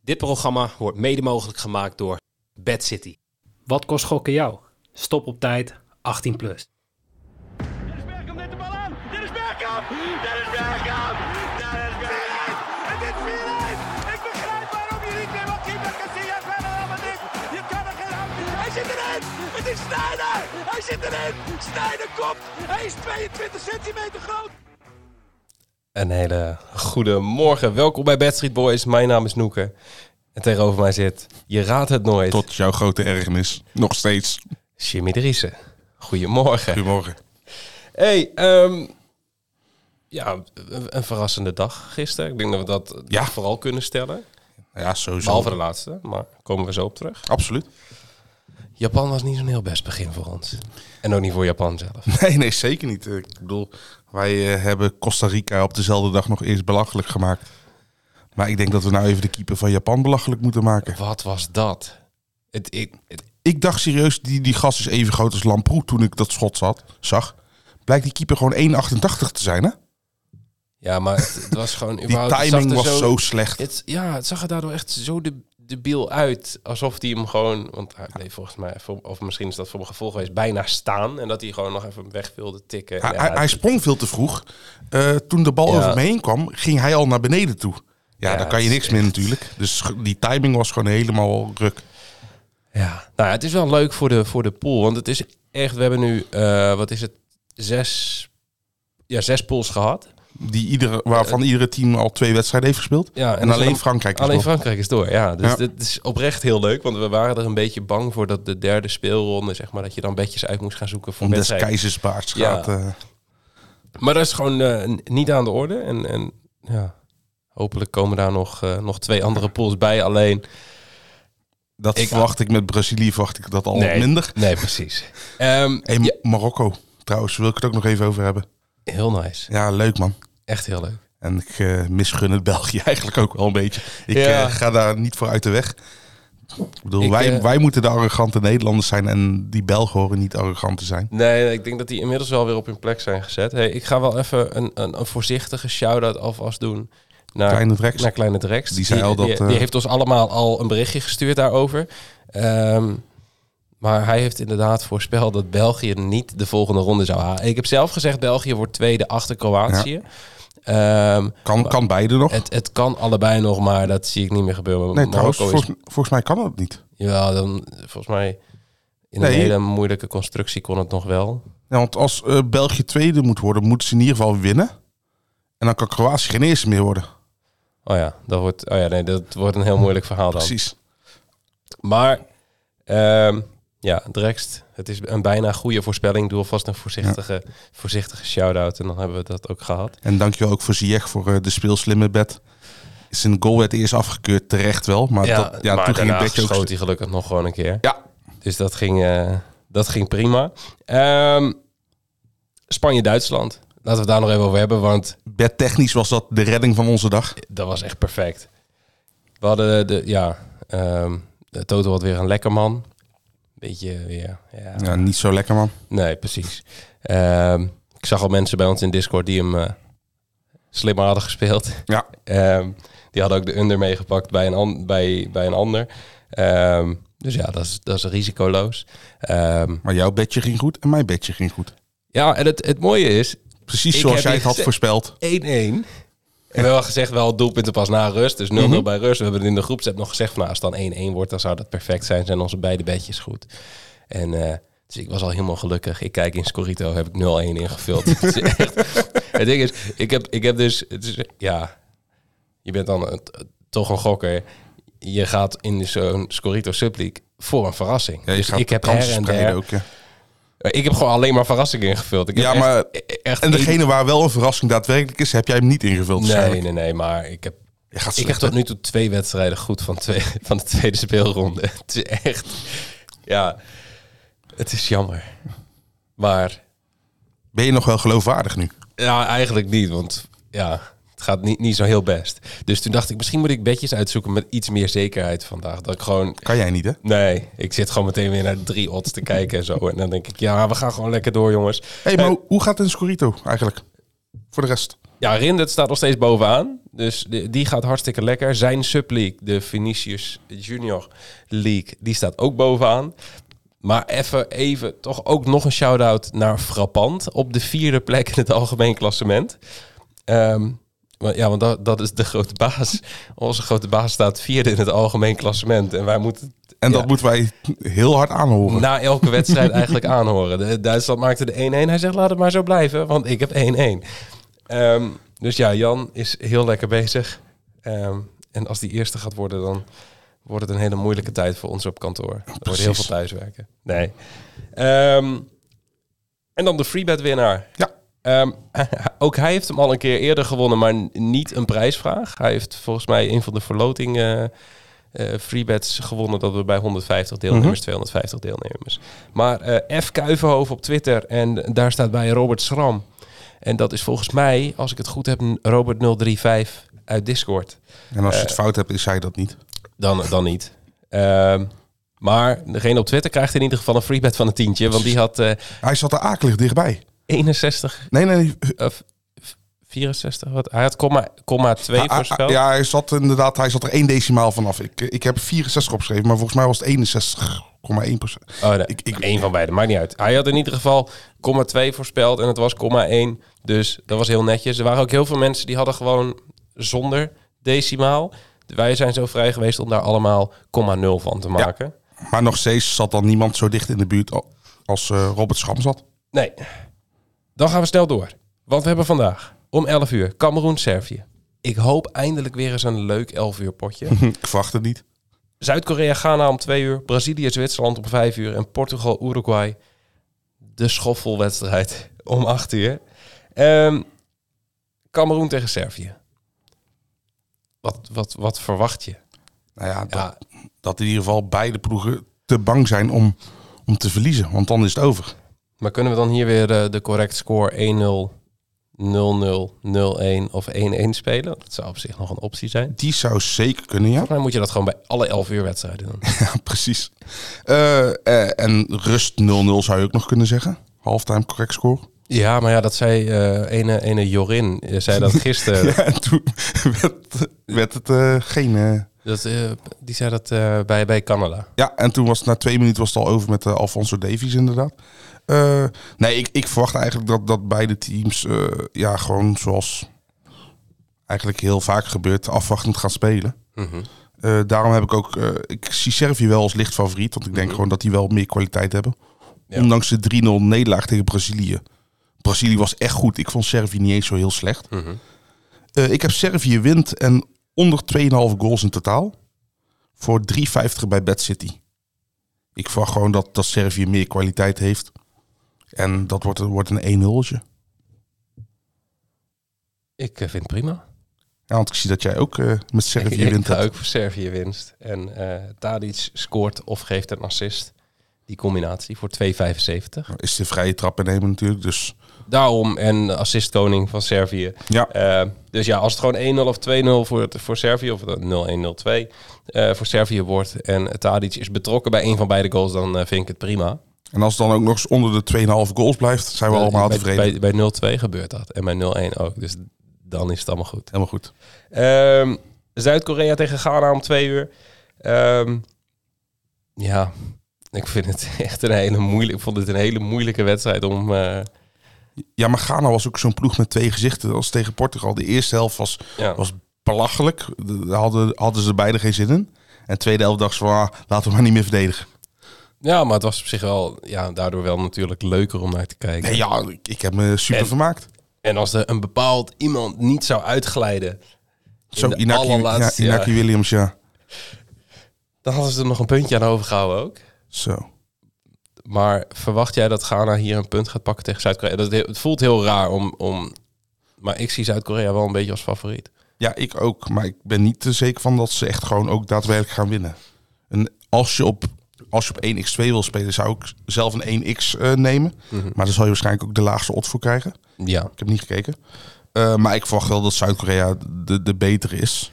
Dit programma wordt mede mogelijk gemaakt door Bad City. Wat kost gokken jou? Stop op tijd, 18 plus. Dennis Bergkamp neemt de bal aan. Dennis Bergkamp. Dennis Bergkamp. Dennis Bergkamp. Het is 4-1. Ik begrijp waarom je niet meer wat Kieper Casillas verder allemaal denkt. Je kan er geen aan. Hij zit erin. Het is Sneijder. Hij zit erin. Sneijder komt. Hij is 22 centimeter groot. Een hele goede morgen. Welkom bij Bad Street Boys. Mijn naam is Noeke. En tegenover mij zit, je raadt het nooit, Tot jouw grote ergernis. Nog steeds. Jimmy Driessen. Goedemorgen. Goedemorgen. Hey, ehm, ja, een een verrassende dag gisteren. Ik denk dat we dat Ja. vooral kunnen stellen. Ja, sowieso. Behalve de laatste, maar komen we zo op terug. Absoluut. Japan was niet zo'n heel best begin voor ons. En ook niet voor Japan zelf. Nee, nee, zeker niet. Eh, Ik bedoel, wij eh, hebben Costa Rica op dezelfde dag nog eerst belachelijk gemaakt. Maar ik denk dat we nou even de keeper van Japan belachelijk moeten maken. Wat was dat? Het, ik, het- Ik dacht serieus, die, die gast is even groot als Lamproe toen ik dat schot zat, zag. Blijkt die keeper gewoon 1,88 te zijn, hè? ja, maar het, het was gewoon... Die überhaupt- het zag timing er was zo slecht. Het, ja, het zag er daardoor echt zo de, debiel uit. Alsof hij hem gewoon... Want hij bleef volgens mij, voor- of misschien is dat voor mijn gevoel geweest, bijna staan. En dat hij gewoon nog even weg wilde tikken. Hij, Ja, hij, hij het- sprong veel te vroeg. Eh, toen de bal Ja. over me heen kwam, ging hij al naar beneden toe. Ja, Ja, daar kan je het is niks meer echt- natuurlijk. Dus ge- die timing was gewoon helemaal ruk. Ja, nou ja, het is wel leuk voor de, voor de pool. Want het is echt... We hebben nu, eh, wat is het, zes... Ja, zes pools gehad. Die iedere, waarvan iedere team al twee wedstrijden heeft gespeeld. Ja, en dus alleen dan- Frankrijk is Alleen nog. Frankrijk is door, ja. Dus Ja. dit is oprecht heel leuk, want we waren er een beetje bang voor dat de derde speelronde, zeg maar, dat je dan bedjes uit moest gaan zoeken voor Om des wedstrijden. keizersbaards Ja. gaat. eh, Maar dat is gewoon eh, n- niet aan de orde. En, en ja, hopelijk komen daar nog, eh, nog twee andere pools bij. Alleen. dat Ik- verwacht ik met Brazilië, verwacht ik dat al wat Nee. minder. Nee, precies. Ehm, En ja, Marokko, trouwens, wil ik het ook nog even over hebben. heel nice. Ja, leuk man. Echt heel leuk. En ik eh, misgun het België eigenlijk ook wel een beetje. Ik Ja. eh, ga daar niet voor uit de weg. Ik bedoel, Ik, wij, eh, wij moeten de arrogante Nederlanders zijn en die Belgen horen niet arrogant te zijn. Nee, nee, ik denk dat die inmiddels wel weer op hun plek zijn gezet. Hey, ik ga wel even een, een, een voorzichtige shout-out alvast doen. Naar, Kleine Drex. Naar Kleine Drex. Die zei al dat, Die, eh, die heeft ons allemaal al een berichtje gestuurd daarover. Ehm, maar hij heeft inderdaad voorspeld dat België niet de volgende ronde zou halen. Ik heb zelf gezegd, België wordt tweede achter Kroatië. Ehm, Kan, kan beide nog. het, het kan allebei nog, maar dat zie ik niet meer gebeuren. nee, Marokko trouwens, is- volgens, volgens mij kan dat niet. Jawel, dan, volgens mij in een Nee. hele moeilijke constructie kon het nog wel. Ja, want als eh, België tweede moet worden, moeten ze in ieder geval winnen. En dan kan Kroatië geen eerste meer worden. Oh ja, dat wordt, oh ja nee, dat wordt een heel moeilijk verhaal dan. Precies. Maar ehm, ja, Drext, het is een bijna goede voorspelling. Doe alvast een voorzichtige, voorzichtige shout-out en dan hebben we dat ook gehad. En dankjewel ook voor Ziyech voor eh, de speelslimme bet. Zijn goal werd eerst afgekeurd, terecht wel. Maar, dat, ja, maar toen ging het daarna bedje ook... schoot hij gelukkig nog gewoon een keer. Ja, Dus dat ging, eh, dat ging prima. Ehm, Spanje-Duitsland. Laten we het daar nog even over hebben, want bedtechnisch was dat de redding van onze dag. dat was echt perfect. We hadden de, ja, ehm de Toto had weer een lekker man. Beetje weer, ja, Ja, niet zo lekker man. Nee, precies. Ehm, ik zag al mensen bij ons in Discord die hem eh, slim hadden gespeeld. Ja. Ehm, die hadden ook de under meegepakt bij een, an- bij, bij een ander. Ehm, dus ja, dat is, dat is risicoloos. Ehm, Maar jouw bedje ging goed en mijn bedje ging goed. ja, en het, het mooie is, 1-1. Precies Ik zoals heb jij je het had gezegd- voorspeld. En we hebben wel gezegd, wel doelpunten pas na rust. Dus 0-0 bij rust. We hebben het in de groepsapp nog gezegd, van, nou, als het dan 1-1 wordt, dan zou dat perfect zijn. Zijn onze beide bedjes goed. En eh, dus ik was al helemaal gelukkig. Ik kijk in Scorito, heb ik 0-1 ingevuld. het, is echt- het ding is, ik heb, ik heb dus... Het is, ja, je bent dan een- toch een gokker. Je gaat in zo'n Scorito Subleague voor een verrassing. Ja, je dus gaat ik heb kansen her en spreiden der... ook, ja. Ik heb gewoon alleen maar verrassingen ingevuld. Ik heb Ja, echt- e- maar- Echt En één- degene waar wel een verrassing daadwerkelijk is, heb jij hem niet ingevuld. Nee, waarschijnlijk. nee, nee, maar ik heb Je gaat ik heb tot nu toe twee wedstrijden goed van, twee, van de tweede speelronde. Het is echt... Ja, het is jammer. Maar Ben je nog wel geloofwaardig nu? ja, eigenlijk niet, want ja, het gaat niet, niet zo heel best. Dus toen dacht ik, misschien moet ik bedjes uitzoeken met iets meer zekerheid vandaag. Dat ik gewoon... Kan jij niet, hè? Nee, ik zit gewoon meteen weer naar drie odds te kijken en zo. En dan denk ik, ja, we gaan gewoon lekker door, jongens. hey, maar hoe- hoe gaat het in Scorito eigenlijk? Voor de rest. Ja, Rindert staat nog steeds bovenaan. Dus de- die gaat hartstikke lekker. Zijn subleague, de Vinicius Junior League, die staat ook bovenaan. Maar even, even toch ook nog een shout-out naar Frappant. Op de vierde plek in het algemeen klassement. Ehm, want- ja, want dat, dat is de grote baas. Onze grote baas staat vierde in het algemeen klassement. En wij moeten En dat Ja. Nou, moeten wij heel hard aanhoren. na elke wedstrijd eigenlijk aanhoren. De, Duitsland maakte de 1-1. Hij zegt, laat het maar zo blijven, want ik heb 1-1. Ehm, dus ja, Jan is heel lekker bezig. Ehm, en als die eerste gaat worden, dan wordt het een hele moeilijke tijd voor ons op kantoor. Er wordt heel Precies. veel thuiswerken. Nee. Ehm, en dan de freebet-winnaar. Ja. Ehm, ook hij heeft hem al een keer eerder gewonnen, maar n- niet een prijsvraag. Hij heeft volgens mij een van de verloting eh, eh, freebets gewonnen dat we bij 150 deelnemers, Mhm. 250 deelnemers. Maar eh, F. Kuivenhoven op Twitter en daar staat bij Robert Schram. En dat is volgens mij, als ik het goed heb, een Robert035 uit Discord. En als je eh, het fout hebt, is zij dat niet. Dan, dan niet. Ehm, maar degene op Twitter krijgt in ieder geval een freebet van een tientje, want die had eh, Hij zat er akelig dichtbij. 61 Nee, nee. of 64, wat? Hij had komma, komma 2 ah, ah, voorspeld. ja, hij zat inderdaad, hij zat er één decimaal vanaf. Ik, eh, ik heb 64 opgeschreven, maar volgens mij was het 61,1 Oh, nee. Ik- ik- Eén van beide, maakt niet uit. Hij had in ieder geval 0,2 voorspeld en het was 0,1. Dus dat was heel netjes. Er waren ook heel veel mensen die hadden gewoon zonder decimaal. Wij zijn zo vrij geweest om daar allemaal 0,0 van te maken. Maar nog steeds zat dan niemand zo dicht in de buurt al- als eh, Robert Schram zat. Nee. Dan gaan we snel door. Want we hebben vandaag om 11 uur Cameroen-Servië. Ik hoop eindelijk weer eens een leuk 11 uur potje. ik verwacht het niet. Zuid-Korea, Ghana om 2 uur. Brazilië, Zwitserland om 5 uur. En Portugal, Uruguay. De schoffelwedstrijd om 8 uur. Ehm Cameroen tegen Servië. Wat, wat, wat verwacht je? Nou ja, dat, Ja, dat in ieder geval beide ploegen te bang zijn om, om te verliezen. Want dan is het over. maar kunnen we dan hier weer eh, de correct score 1-0, 0-0, 0-1 of 1-1 spelen? Dat zou op zich nog een optie zijn. Die zou zeker kunnen, ja. Maar moet je dat gewoon bij alle 11 uur wedstrijden doen. Ja, precies. Eh, eh, en rust 0-0 zou je ook nog kunnen zeggen. Halftime correct score. Ja, maar ja, dat zei eh ene, ene Jorin, eh, zei dat gisteren. Ja, en toen werd, werd het eh, geen... eh, dat, eh, die zei dat eh, bij, bij Canada. Ja, en toen was het na twee minuten was het al over met eh, Alfonso Davies inderdaad. Eh, nee, ik, ik verwacht eigenlijk dat, dat beide teams eh, ja, gewoon zoals eigenlijk heel vaak gebeurt, afwachtend gaan spelen. Mhm, Eh, daarom heb ik ook, eh, ik zie Servië wel als licht favoriet, want ik denk gewoon dat die wel meer kwaliteit hebben. Ja. Ondanks de 3-0 nederlaag tegen Brazilië. Brazilië was echt goed. Ik vond Servië niet eens zo heel slecht. mhm. Eh, ik heb Servië wint en onder 2,5 goals in totaal. Voor 3,50 bij Bad City. Ik verwacht gewoon dat, dat Servië meer kwaliteit heeft. En dat wordt, wordt een 1-0'tje. Ik eh, vind het prima. Ja, want ik zie dat jij ook eh, met Ik, Servië ik wint. ga hebt. ook voor Servië winst. En eh Tadic scoort of geeft een assist. Die combinatie voor 2,75. Is de vrije trap innemen natuurlijk. Dus Daarom en assistkoning van Servië. ja, Eh, dus ja, als het gewoon 1-0 of 2-0 voor, het- voor Servië, of dan 0-1, 0-2 eh, voor Servië wordt en Tadic is betrokken bij een van beide goals, dan eh, vind ik het prima. en als het dan ook nog eens onder de 2,5 goals blijft, zijn we allemaal bij, tevreden. bij, bij 0-2 gebeurt dat en bij 0-1 ook, dus dan is het allemaal goed. Helemaal goed. Ehm, Zuid-Korea tegen Ghana om twee uur. Ehm, ja, ik vind het echt een hele moeilijke. Ik vond het een hele moeilijke wedstrijd om. eh, Ja, maar Ghana was ook zo'n ploeg met twee gezichten als tegen Portugal. De eerste helft was, ja. was belachelijk. De- Daar hadden, hadden ze beide geen zin in. En de tweede helft dacht ze van, ah, laten we maar niet meer verdedigen. ja, maar het was op zich wel. Ja, daardoor wel natuurlijk leuker om naar te kijken. Nee, ja, ik, ik heb me super En- vermaakt. En als er een bepaald iemand niet zou uitglijden. Zo, de Inaki, ja, allerlaatste, Inaki Williams, ja. dan hadden ze er nog een puntje aan overgehouden ook. Zo. Maar verwacht jij dat Ghana hier een punt gaat pakken tegen Zuid-Korea? Dat, het voelt heel raar om. om maar ik zie Zuid-Korea wel een beetje als favoriet. Ja, ik ook. Maar ik ben niet te zeker van dat ze echt gewoon ook daadwerkelijk gaan winnen. En als je op, als je op 1x2 wil spelen, zou ik zelf een 1x eh, nemen. Mhm. Maar daar zal je waarschijnlijk ook de laagste odd voor krijgen. Ja. Ik heb niet gekeken. Eh, maar ik verwacht wel dat Zuid-Korea de, de betere is.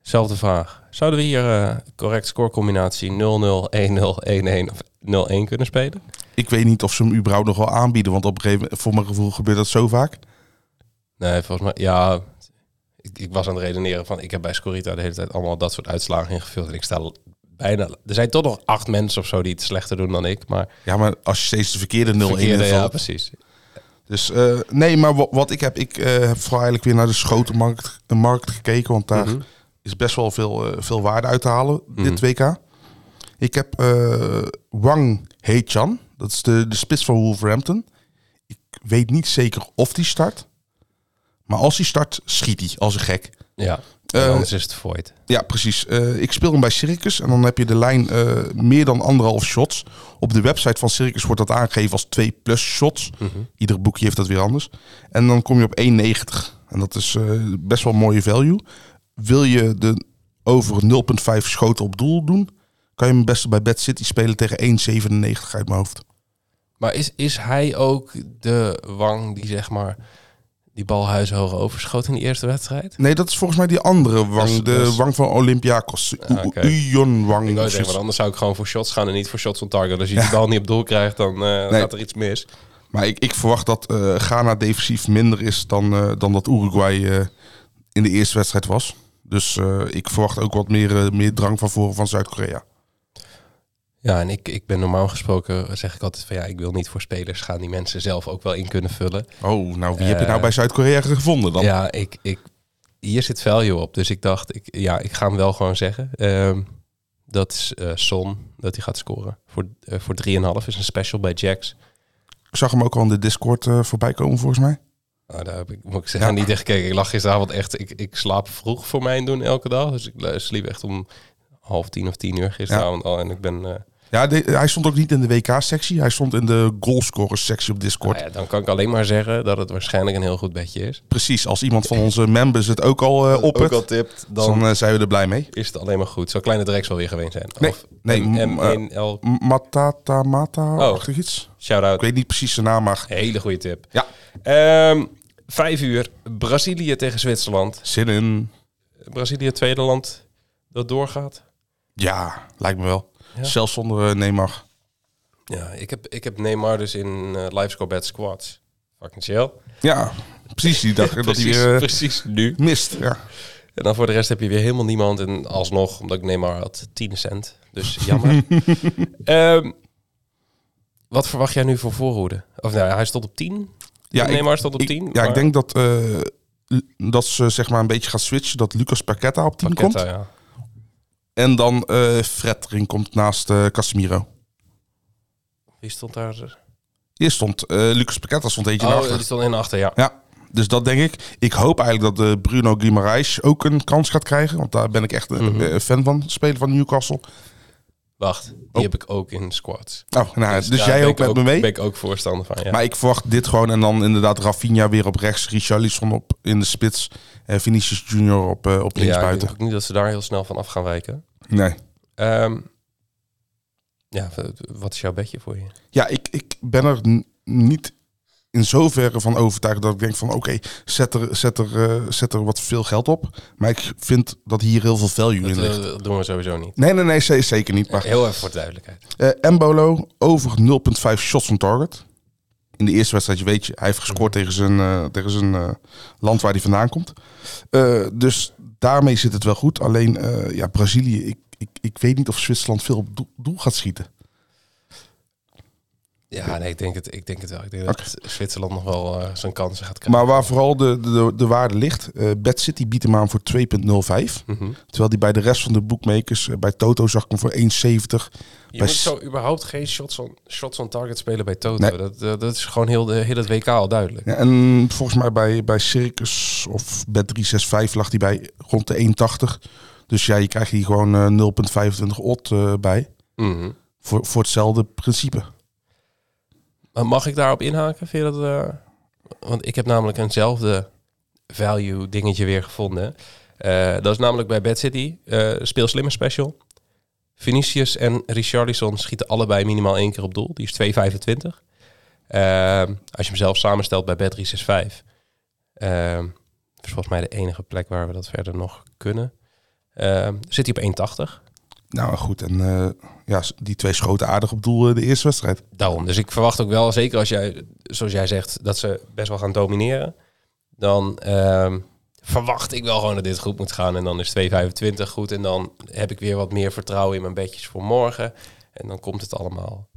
Zelfde vraag. Zouden we hier eh, correct scorecombinatie 0-0, 1-0, 1-1 of 0-1 kunnen spelen? Ik weet niet of ze hem überhaupt nog wel aanbieden. Want op een gegeven moment, voor mijn gevoel gebeurt dat zo vaak. Nee, volgens mij... Ja, ik, ik was aan het redeneren van... Ik heb bij Scorita de hele tijd allemaal dat soort uitslagen ingevuld. En ik sta al bijna... Er zijn toch nog acht mensen of zo die het slechter doen dan ik. Maar Ja, maar als je steeds de verkeerde 0-1 verkeerde, ja, invult. precies. Dus eh, nee, maar wa- wat ik heb, ik eh, heb vooral eigenlijk weer naar de schotenmarkt de markt gekeken, want daar Mhm. is best wel veel, eh, veel waarde uit te halen dit WK. Ik heb eh, Wang Hechan, dat is de, de spits van Wolverhampton. Ik weet niet zeker of die start, maar als hij start, schiet hij als een gek. Ja, Eh, en anders is het void. Ja, precies. Eh, ik speel hem bij Circus en dan heb je de lijn eh, meer dan anderhalf shots. Op de website van Circus wordt dat aangegeven als 2 plus shots. Mhm. Ieder boekje heeft dat weer anders. En dan kom je op 1,90. En dat is eh, best wel een mooie value. Wil je de over 0,5 schoten op doel doen, kan je hem best bij Bad City spelen tegen 1,97 uit mijn hoofd. Maar is, is hij ook de wang die zeg maar... die bal huishoog overschoot in die eerste wedstrijd? Nee, dat is volgens mij die andere wang. Dat is- de dat is- Ah, wang van Olympiakos. U- oké. Uyon Wang. Ik wou zoiets. zeggen, want anders zou ik gewoon voor shots gaan en niet voor shots on target. Als je die bal niet op doel krijgt, dan eh, Nee. gaat er iets mis. Maar ik, ik verwacht dat eh, Ghana defensief minder is dan, eh, dan dat Uruguay eh, in de eerste wedstrijd was. Dus eh, ik verwacht ook wat meer, eh, meer drang van voren van Zuid-Korea. Ja, en ik, ik ben normaal gesproken, zeg ik altijd van ja, ik wil niet voor spelers gaan die mensen zelf ook wel in kunnen vullen. Oh, nou wie heb je Eh, nou bij Zuid-Korea gevonden dan? Ja, ik, ik, hier zit value op. Dus ik dacht, ik, ja, ik ga hem wel gewoon zeggen. Ehm, dat is eh, Son, dat hij gaat scoren. Voor, eh, voor 3,5 is een special bij Jax. Ik zag hem ook al in de Discord eh, voorbij komen volgens mij. Nou, daar heb ik, moet ik zeggen, Ja. niet echt gekeken. Ik lag gisteravond echt, ik, ik slaap vroeg voor mijn doen elke dag. Dus ik eh, sliep echt om half tien of tien uur gisteravond al. En ik ben... eh, Ja, de- hij stond ook niet in de WK-sectie. Hij stond in de goalscorers-sectie op Discord. Nou ja, dan kan ik alleen maar zeggen dat het waarschijnlijk een heel goed bedje is. Precies, als iemand van onze members het ook al eh op Ook al tipt, dan, dan eh, zijn we er blij mee. is het alleen maar goed. Zou Kleine Drex wel weer gewend zijn? Nee, Of nee, mm, m- eh, MNL, Matata Mata, achtig iets. Ik shout-out. weet niet precies zijn naam, maar Hele goede tip. ja, Ehm, vijf uur, Brazilië tegen Zwitserland. zin in. Brazilië het tweede land dat doorgaat. Ja, lijkt me wel. Ja. Zelfs zonder eh, Neymar. Ja, ik heb, ik heb Neymar dus in eh, live score bad squads. Fucking chill. Ja, precies die dag dat hij precies, weer eh, precies nu. mist. Ja. En dan voor de rest heb je weer helemaal niemand. En alsnog, omdat ik Neymar had, 10 cent. Dus jammer. Ehm, wat verwacht jij nu voor voorhoede? Of nou, hij stond op 10. Ja, ik, Neymar stond op ik- 10. ja, ik maar- denk dat, eh, l- dat ze zeg maar een beetje gaat switchen. Dat Lucas Paqueta op 10 Paqueta, komt. ja. En dan eh Fred erin komt naast eh, Casemiro. Wie stond daar? Eerst stond eh, Lucas Paqueta stond eentje naar Oh, achter. die stond in achter, ja. Ja, dus dat denk ik. Ik hoop eigenlijk dat eh, Bruno Guimaraes ook een kans gaat krijgen. Want daar ben ik echt Mhm. een eh, fan van. Speler van Newcastle. Wacht, die Oh. heb ik ook in squads. Oh, nou, dus, daar jij ben ook ik met me mee? ben ik ook voorstander van, ja. Maar ik verwacht dit gewoon. En dan inderdaad Rafinha weer op rechts. Richarlison op in de spits. En Vinicius Junior op, eh, op ja, links ik buiten. denk ook niet dat ze daar heel snel van af gaan wijken. Nee. Ehm, ja, wat- wat is jouw bedje voor je? Ja, ik, ik ben er n- niet in zoverre van overtuigd dat ik denk van... Oké, zet, er, zet, er, eh, zet er wat veel geld op. Maar ik vind dat hier heel veel value Dat in ligt. eh, doen we sowieso niet. Nee, nee, nee, ze- zeker niet. Maar Heel even voor duidelijkheid. eh Embolo over 0,5 shots on target. In de eerste wedstrijd, je weet je, hij heeft gescoord tegen zijn, eh, tegen zijn eh, land waar hij vandaan komt. Eh, dus daarmee zit het wel goed. Alleen eh, ja, Brazilië, ik, ik, ik weet niet of Zwitserland veel op doel, doel gaat schieten. Ja, nee, ik denk het, ik denk het wel. Ik denk Oké. dat Zwitserland nog wel eh, zijn kansen gaat krijgen. Maar waar vooral de, de, de waarde ligt, eh Bad City biedt hem aan voor 2,05. Mhm. Terwijl die bij de rest van de bookmakers, eh, bij Toto zag ik hem voor 1,70. Je Bij moet s- zo überhaupt geen shots on, shots on target spelen bij Toto. Nee. Dat, eh, dat, dat is gewoon heel, de, heel het WK al duidelijk. Ja, en volgens mij bij, bij Circus of bij 365 lag die bij rond de 1,80. Dus ja, je krijgt hier gewoon eh, 0,25 odd eh, bij. Mhm. Voor, voor hetzelfde principe. Maar mag ik daarop inhaken? Vind je dat, eh, want ik heb namelijk eenzelfde value dingetje weer gevonden. Eh, dat is namelijk bij Bad City, eh Speel Slimmer Special. Vinicius en Richarlison schieten allebei minimaal één keer op doel. Die is 2,25. Ehm, als je hem zelf samenstelt bij Bad 365. Ehm dat is volgens mij de enige plek waar we dat verder nog kunnen. Ehm, zit hij op 1,80. Nou goed, en eh, ja, s- die twee schoten aardig op doel eh, de eerste wedstrijd. Daarom. Dus ik verwacht ook wel, zeker als jij, zoals jij zegt, dat ze best wel gaan domineren. dan ehm, verwacht ik wel gewoon dat dit goed moet gaan. En dan is 2,25 goed. En dan heb ik weer wat meer vertrouwen in mijn bedjes voor morgen. En dan komt het allemaal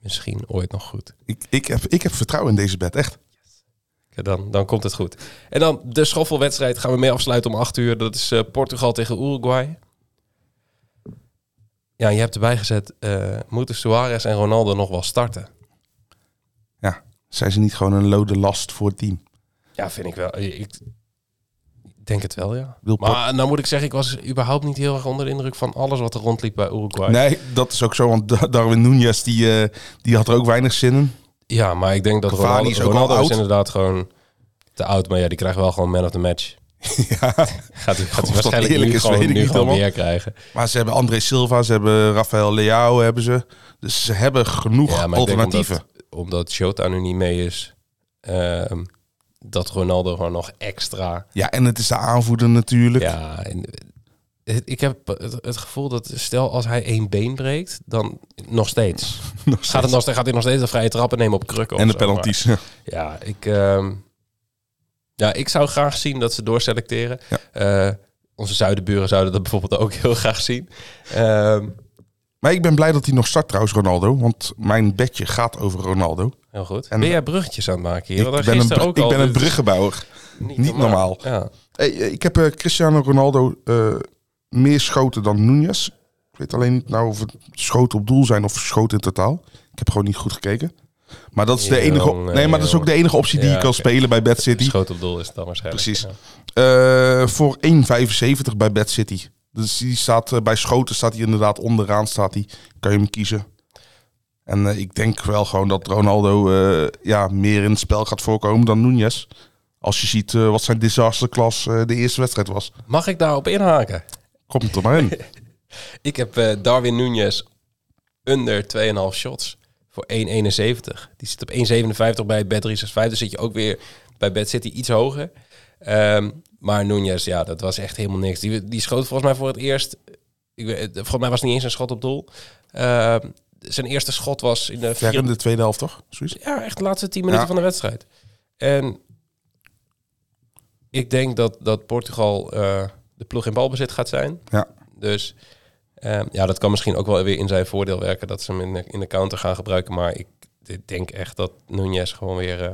misschien ooit nog goed. Ik, ik, heb, ik heb vertrouwen in deze bed, echt. Ja, Dan, dan komt het goed. En dan de schoffelwedstrijd gaan we mee afsluiten om 8 uur. Dat is eh, Portugal tegen Uruguay. Ja, je hebt erbij gezet, eh, moeten Suarez en Ronaldo nog wel starten? Ja. Zijn ze niet gewoon een lode last voor het team? Ja, vind ik wel. Ik denk het wel, ja. Wil Port- Maar nou moet ik zeggen, ik was überhaupt niet heel erg onder de indruk van alles wat er rondliep bij Uruguay. Nee, dat is ook zo, want Da- Darwin Nunez die, eh, die had er ook weinig zin in. Ja, maar ik denk dat Cavani Ronaldo, is is, ook al Ronaldo is oud. inderdaad gewoon te oud. Maar ja, die krijgt wel gewoon man of the match. ja. Gaat hij, gaat dat hij waarschijnlijk eerlijk nu is, gewoon, weet ik nu niet gewoon helemaal. meer krijgen. Maar ze hebben André Silva, ze hebben Rafael Leao, hebben ze. Dus ze hebben genoeg Ja, maar ik denk alternatieven. Omdat, omdat Shota nu niet mee is, ehm, dat Ronaldo gewoon nog extra... Ja, en het is de aanvoerder natuurlijk. Ja, en, eh, ik heb het, het gevoel dat stel als hij één been breekt, dan nog steeds. Gaat, het nog, steeds- gaat hij nog steeds de vrije trappen nemen op krukken? en of de zo, maar- penalties. Ja. Ja, ik, ehm, ja, ik zou graag zien dat ze doorselecteren. Ja. Eh, onze zuidenburen zouden dat bijvoorbeeld ook heel graag zien. Ehm, Maar ik ben blij dat hij nog start trouwens, Ronaldo. Want mijn bedje gaat over Ronaldo. heel goed. En- ben jij bruggetjes aan het maken hier? Ik Want daar ben, een, gisteren br- ook ik al, ben een dus bruggenbouwer. niet normaal. Ja. Hey, eh, ik heb eh, Cristiano Ronaldo eh, meer schoten dan Nunez. Ik weet alleen niet nou of het schoten op doel zijn of schoten in totaal. Ik heb gewoon niet goed gekeken. Maar dat is, de enige, Jong, eh, nee, maar dat is ook jong. de enige optie die Ja, je kan oké. spelen bij Bad City. Schoot op doel is het dan waarschijnlijk. Precies. Ja. Eh, voor 1,75 bij Bad City. Dus die staat, eh, bij schoten staat hij inderdaad onderaan. Staat hij. Kan je hem kiezen. En eh, ik denk wel gewoon dat Ronaldo eh, ja, meer in het spel gaat voorkomen dan Nunez. Als je ziet eh, wat zijn disasterklas eh de eerste wedstrijd was. Mag ik daarop inhaken? Komt er maar in. Ik heb eh, Darwin Nunez onder 2,5 shots voor 1,71. Die zit op 1,57 bij Bet 365. Dus zit je ook weer bij Bet City iets hoger. Ehm, maar Nunez, ja, dat was echt helemaal niks. Die, die schoot volgens mij voor het eerst... Ik weet, het- volgens mij was het niet eens een schot op doel. Ehm, zijn eerste schot was in de... Ver vier- in de tweede helft toch? Zoiets? ja, echt de laatste 10 minuten Ja. van de wedstrijd. En ik denk dat, dat Portugal eh, de ploeg in balbezit gaat zijn. Ja. Dus ehm, ja, dat kan misschien ook wel weer in zijn voordeel werken dat ze hem in de, in de counter gaan gebruiken. Maar ik d- denk echt dat Nunez gewoon weer. eh,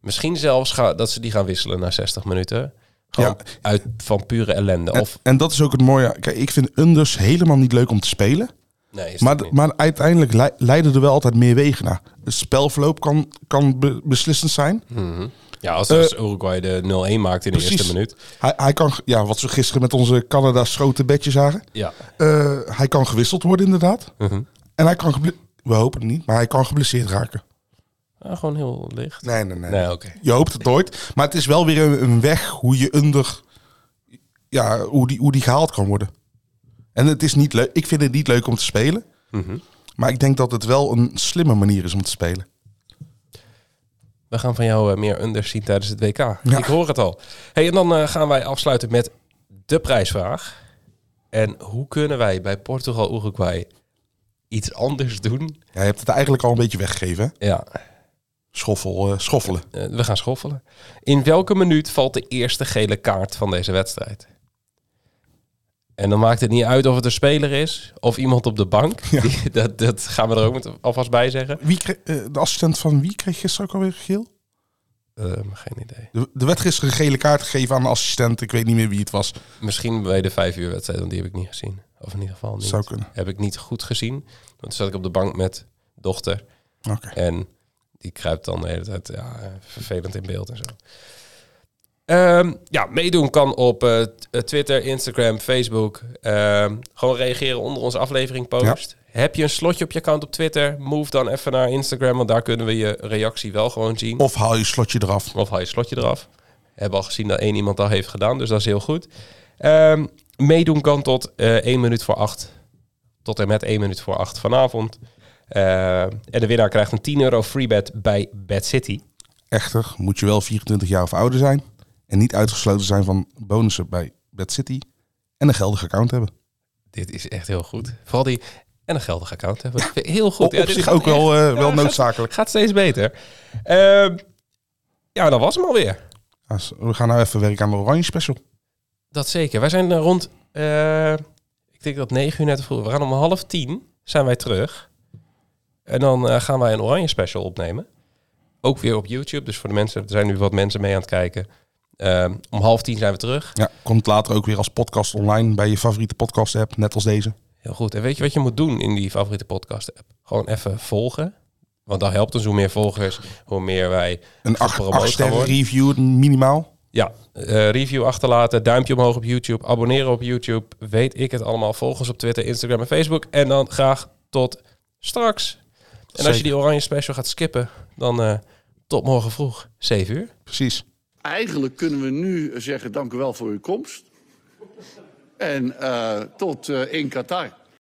misschien zelfs ga, dat ze die gaan wisselen na 60 minuten. Gewoon Ja. uit van pure ellende. En, of en dat is ook het mooie. Kijk, ik vind unders helemaal niet leuk om te spelen. nee, is Maar, dat niet. maar uiteindelijk lei- leiden er wel altijd meer wegen naar. Het spelverloop kan, kan be- beslissend zijn. Mhm. ja, als, eh, als Uruguay de 0-1 maakt in de precies. eerste minuut. Hij, hij kan, ge- ja, wat we gisteren met onze Canada schoten bedje zagen. Ja, Eh, hij kan gewisseld worden, inderdaad. Mhm. En hij kan, gebl- we hopen het niet, maar hij kan geblesseerd raken. Ah, gewoon heel licht. Nee, nee, nee. Nee, oké. Je hoopt het nooit. Maar het is wel weer een, een weg hoe je under, ja, hoe die, hoe die gehaald kan worden. En het is niet leuk. Ik vind het niet leuk om te spelen. Maar ik denk dat het wel een slimme manier is om te spelen. We gaan van jou eh, meer unders zien tijdens het WK. Ik hoor het al. Hey, en dan eh, gaan wij afsluiten met de prijsvraag. En hoe kunnen wij bij Portugal-Uruguay iets anders doen? Ja, je hebt het eigenlijk al een beetje weggegeven. Hè? Ja, Schoffel, eh, schoffelen. eh, we gaan schoffelen. In welke minuut valt de eerste gele kaart van deze wedstrijd? En dan maakt het niet uit of het een speler is of iemand op de bank. Die- dat, dat gaan we er ook met, alvast bij zeggen. Wie kreeg- eh, de assistent van wie kreeg gisteren ook alweer geel? Ehm, geen idee. De, er werd gisteren een gele kaart gegeven aan de assistent. Ik weet niet meer wie het was. Misschien bij de vijf uur wedstrijd, want die heb ik niet gezien. Of in ieder geval niet. Zou kunnen. Heb ik niet goed gezien. Want toen zat ik op de bank met dochter. Oké. En die kruipt dan de hele tijd ja, eh, vervelend in beeld en zo. Ehm, ja, meedoen kan op eh, t- eh, Twitter, Instagram, Facebook. Ehm, gewoon reageren onder onze aflevering post. Heb je een slotje op je account op Twitter? Move dan even naar Instagram, want daar kunnen we je reactie wel gewoon zien. Of haal je slotje eraf. Of haal je slotje eraf. Hebben al gezien dat één iemand al heeft gedaan, dus dat is heel goed. Ehm, meedoen kan tot eh 1 minuut voor 8. Tot en met 1 minuut voor 8 vanavond. Ehm, en de winnaar krijgt een 10 euro free bet bij Bad City. Echter moet je wel 24 jaar of ouder zijn. En niet uitgesloten zijn van bonussen bij Bad City. En een geldig account hebben. Dit is echt heel goed. Vooral die en een geldig account hebben. Heel goed. op dit zich gaat ook wel, echt- eh, wel ja, gaat- noodzakelijk. Gaat steeds beter. Ehm, ja, dat was hem alweer. Ja, We gaan nou even werken aan de Oranje Special. Dat zeker. Wij zijn eh, rond, eh, ik denk dat negen uur net te vroeg. We gaan om half tien zijn wij terug. En dan eh, gaan wij een oranje special opnemen. Ook weer op YouTube. Dus voor de mensen, er zijn nu wat mensen mee aan het kijken. Ehm, om half tien zijn we terug. Ja, komt later ook weer als podcast online bij je favoriete podcast app, net als deze. Heel goed. En weet je wat je moet doen in die favoriete podcast app? Gewoon even volgen. Want dat helpt ons. Hoe meer volgers, hoe meer wij Een 8 gepromoot gaan sterren worden. review minimaal. Ja, eh, review achterlaten, duimpje omhoog op YouTube, abonneren op YouTube, weet ik het allemaal. Volg ons op Twitter, Instagram en Facebook. En dan graag tot straks. En als je Zeker. die oranje special gaat skippen, dan eh, tot morgen vroeg, 7 uur. Precies. Eigenlijk kunnen we nu zeggen: dank u wel voor uw komst. En eh, tot eh, in Qatar.